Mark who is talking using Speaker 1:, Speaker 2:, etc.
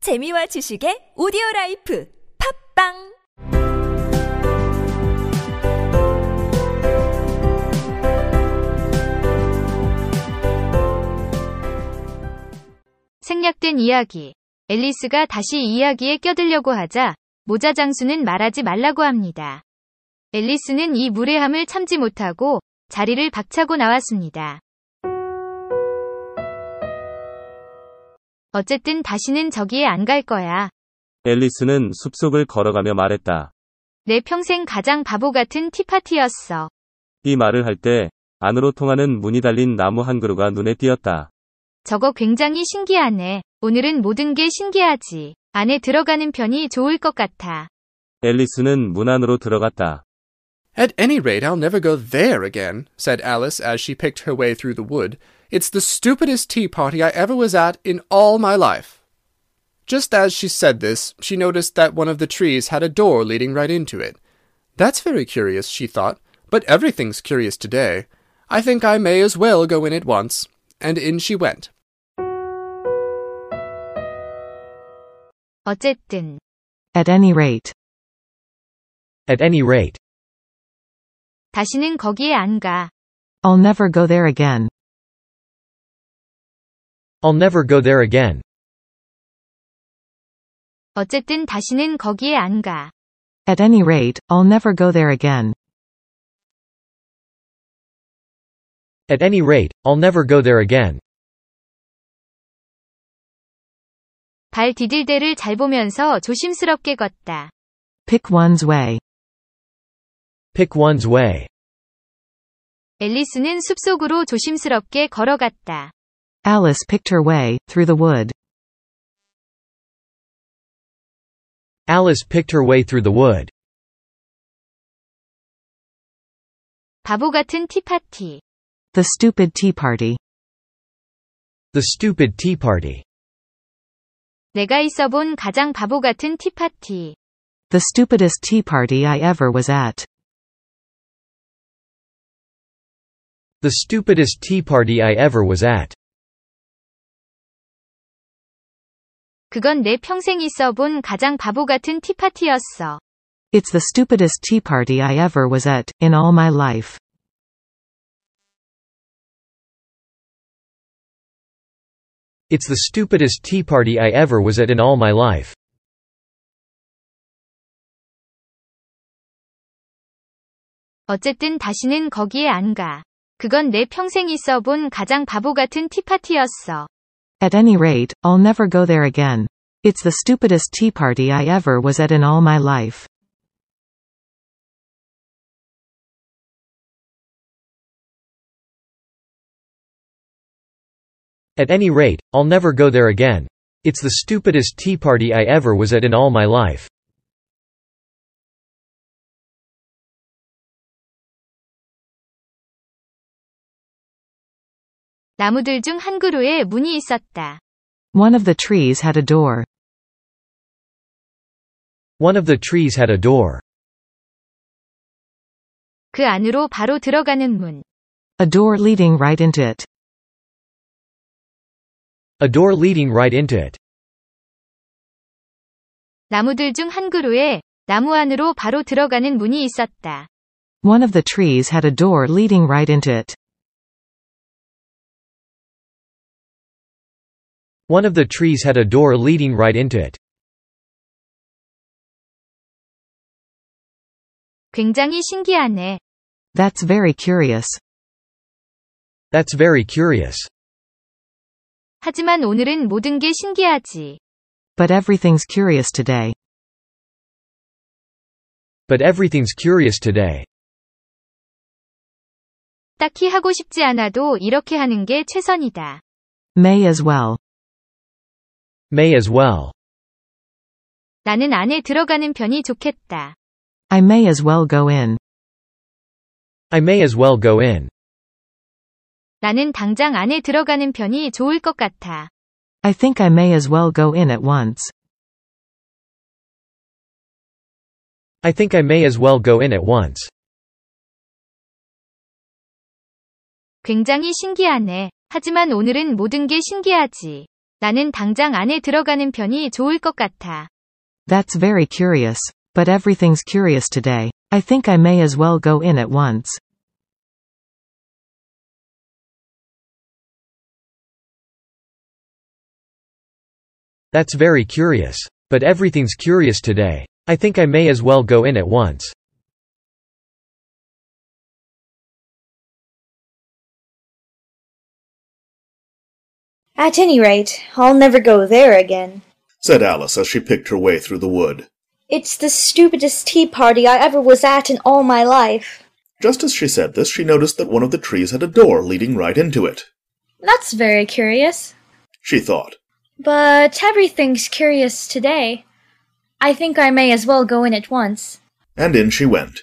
Speaker 1: 재미와 지식의 오디오 라이프 팝빵
Speaker 2: 생략된 이야기. 앨리스가 다시 이야기에 껴들려고 하자 모자 장수는 말하지 말라고 합니다. 앨리스는 이 무례함을 참지 못하고 자리를 박차고 나왔습니다. 어쨌든 다시는 저기에 안 갈 거야.
Speaker 3: 앨리스는 숲속을 걸어가며 말했다.
Speaker 2: 내 평생 가장 바보 같은 티파티였어.
Speaker 3: 이 말을 할 때 안으로 통하는 문이 달린 나무 한 그루가 눈에 띄었다.
Speaker 2: 저거 굉장히 신기하네. 오늘은 모든 게 신기하지. 안에 들어가는 편이 좋을 것 같아.
Speaker 3: 앨리스는 문 안으로 들어갔다.
Speaker 4: At any rate, I'll never go there again, said Alice as she picked her way through the wood. It's the stupidest tea party I ever was at in all my life. Just as she said this, she noticed that one of the trees had a door leading right into it. That's very curious, she thought, but everything's curious today. I think I may as well go in at once. And in she went.
Speaker 2: 어쨌든
Speaker 5: At any rate.
Speaker 6: At any rate,
Speaker 2: 다시는 거기에 안 가.
Speaker 5: I'll never go there again.
Speaker 6: I'll never go there again.
Speaker 2: 어쨌든 다시는 거기에 안 가.
Speaker 5: At any rate, I'll never go there again.
Speaker 6: At any rate, I'll never go there again.
Speaker 2: 발 디딜대를 잘 보면서 조심스럽게 걷다.
Speaker 5: Pick one's way.
Speaker 6: Pick one's way.
Speaker 2: 앨리스는 숲속으로 조심스럽게 걸어갔다.
Speaker 5: Alice picked her way through the wood.
Speaker 6: Alice picked her way through the wood.
Speaker 2: 바보 같은 티파티.
Speaker 5: The stupid tea party.
Speaker 6: The stupid tea party.
Speaker 2: 내가 있어 본 가장 바보 같은 티파티.
Speaker 5: The stupidest tea party I ever was at.
Speaker 6: The stupidest tea party I ever was at.
Speaker 2: 그건 내 평생 있어 본 가장 바보 같은 티파티였어.
Speaker 5: It's the stupidest tea party I ever was at, in all my life.
Speaker 6: It's the stupidest tea party I ever was at in all my life.
Speaker 2: 어쨌든 다시는 거기에 안 가. 그건 내 평생 있어 본 가장 바보 같은 티파티였어.
Speaker 5: At any rate, I'll never go there again. It's the stupidest tea party I ever was at in all my life.
Speaker 6: At any rate, I'll never go there again. It's the stupidest tea party I ever was at in all my life.
Speaker 2: 나무들 중 한 그루에 문이 있었다.
Speaker 5: One of the trees had a door.
Speaker 6: One of the trees had a door.
Speaker 2: 그 안으로 바로 들어가는 문.
Speaker 5: A door leading right into it.
Speaker 6: A door leading right into it.
Speaker 2: 나무들 중 한 그루에 나무 안으로 바로 들어가는 문이 있었다.
Speaker 5: One of the trees had a door leading right into it.
Speaker 6: One of the trees had a door leading right into it.
Speaker 2: 굉장히 신기하네.
Speaker 5: That's very curious.
Speaker 6: That's very curious.
Speaker 2: 하지만 오늘은 모든 게 신기하지.
Speaker 5: But everything's curious today.
Speaker 6: But everything's curious today.
Speaker 2: 딱히 하고 싶지 않아도 이렇게 하는 게 최선이다.
Speaker 5: May as well.
Speaker 6: May as well.
Speaker 2: 나는 안에 들어가는 편이 좋겠다.
Speaker 5: I may as well go in.
Speaker 6: I may as well go in.
Speaker 2: 나는 당장 안에 들어가는 편이 좋을 것 같아.
Speaker 5: I think I may as well go in at once.
Speaker 6: I think I may as well go in at once.
Speaker 2: 굉장히 신기하네. 하지만 오늘은 모든 게 신기하지. 나는 당장 안에 들어가는 편이 좋을 것 같아.
Speaker 5: That's very curious, but everything's curious today. I think I may as well go in at once.
Speaker 6: That's very curious. But everything's curious today. I think I may as well go in at once.
Speaker 7: At any rate, I'll never go there again.
Speaker 8: said Alice as she picked her way through the wood.
Speaker 7: It's the stupidest tea party I ever was at in all my life.
Speaker 8: Just as she said this, she noticed that one of the trees had a door leading right into it.
Speaker 7: That's very curious.
Speaker 8: She thought,
Speaker 7: But everything's curious today. I think I may as well go in at once.
Speaker 8: and in she went.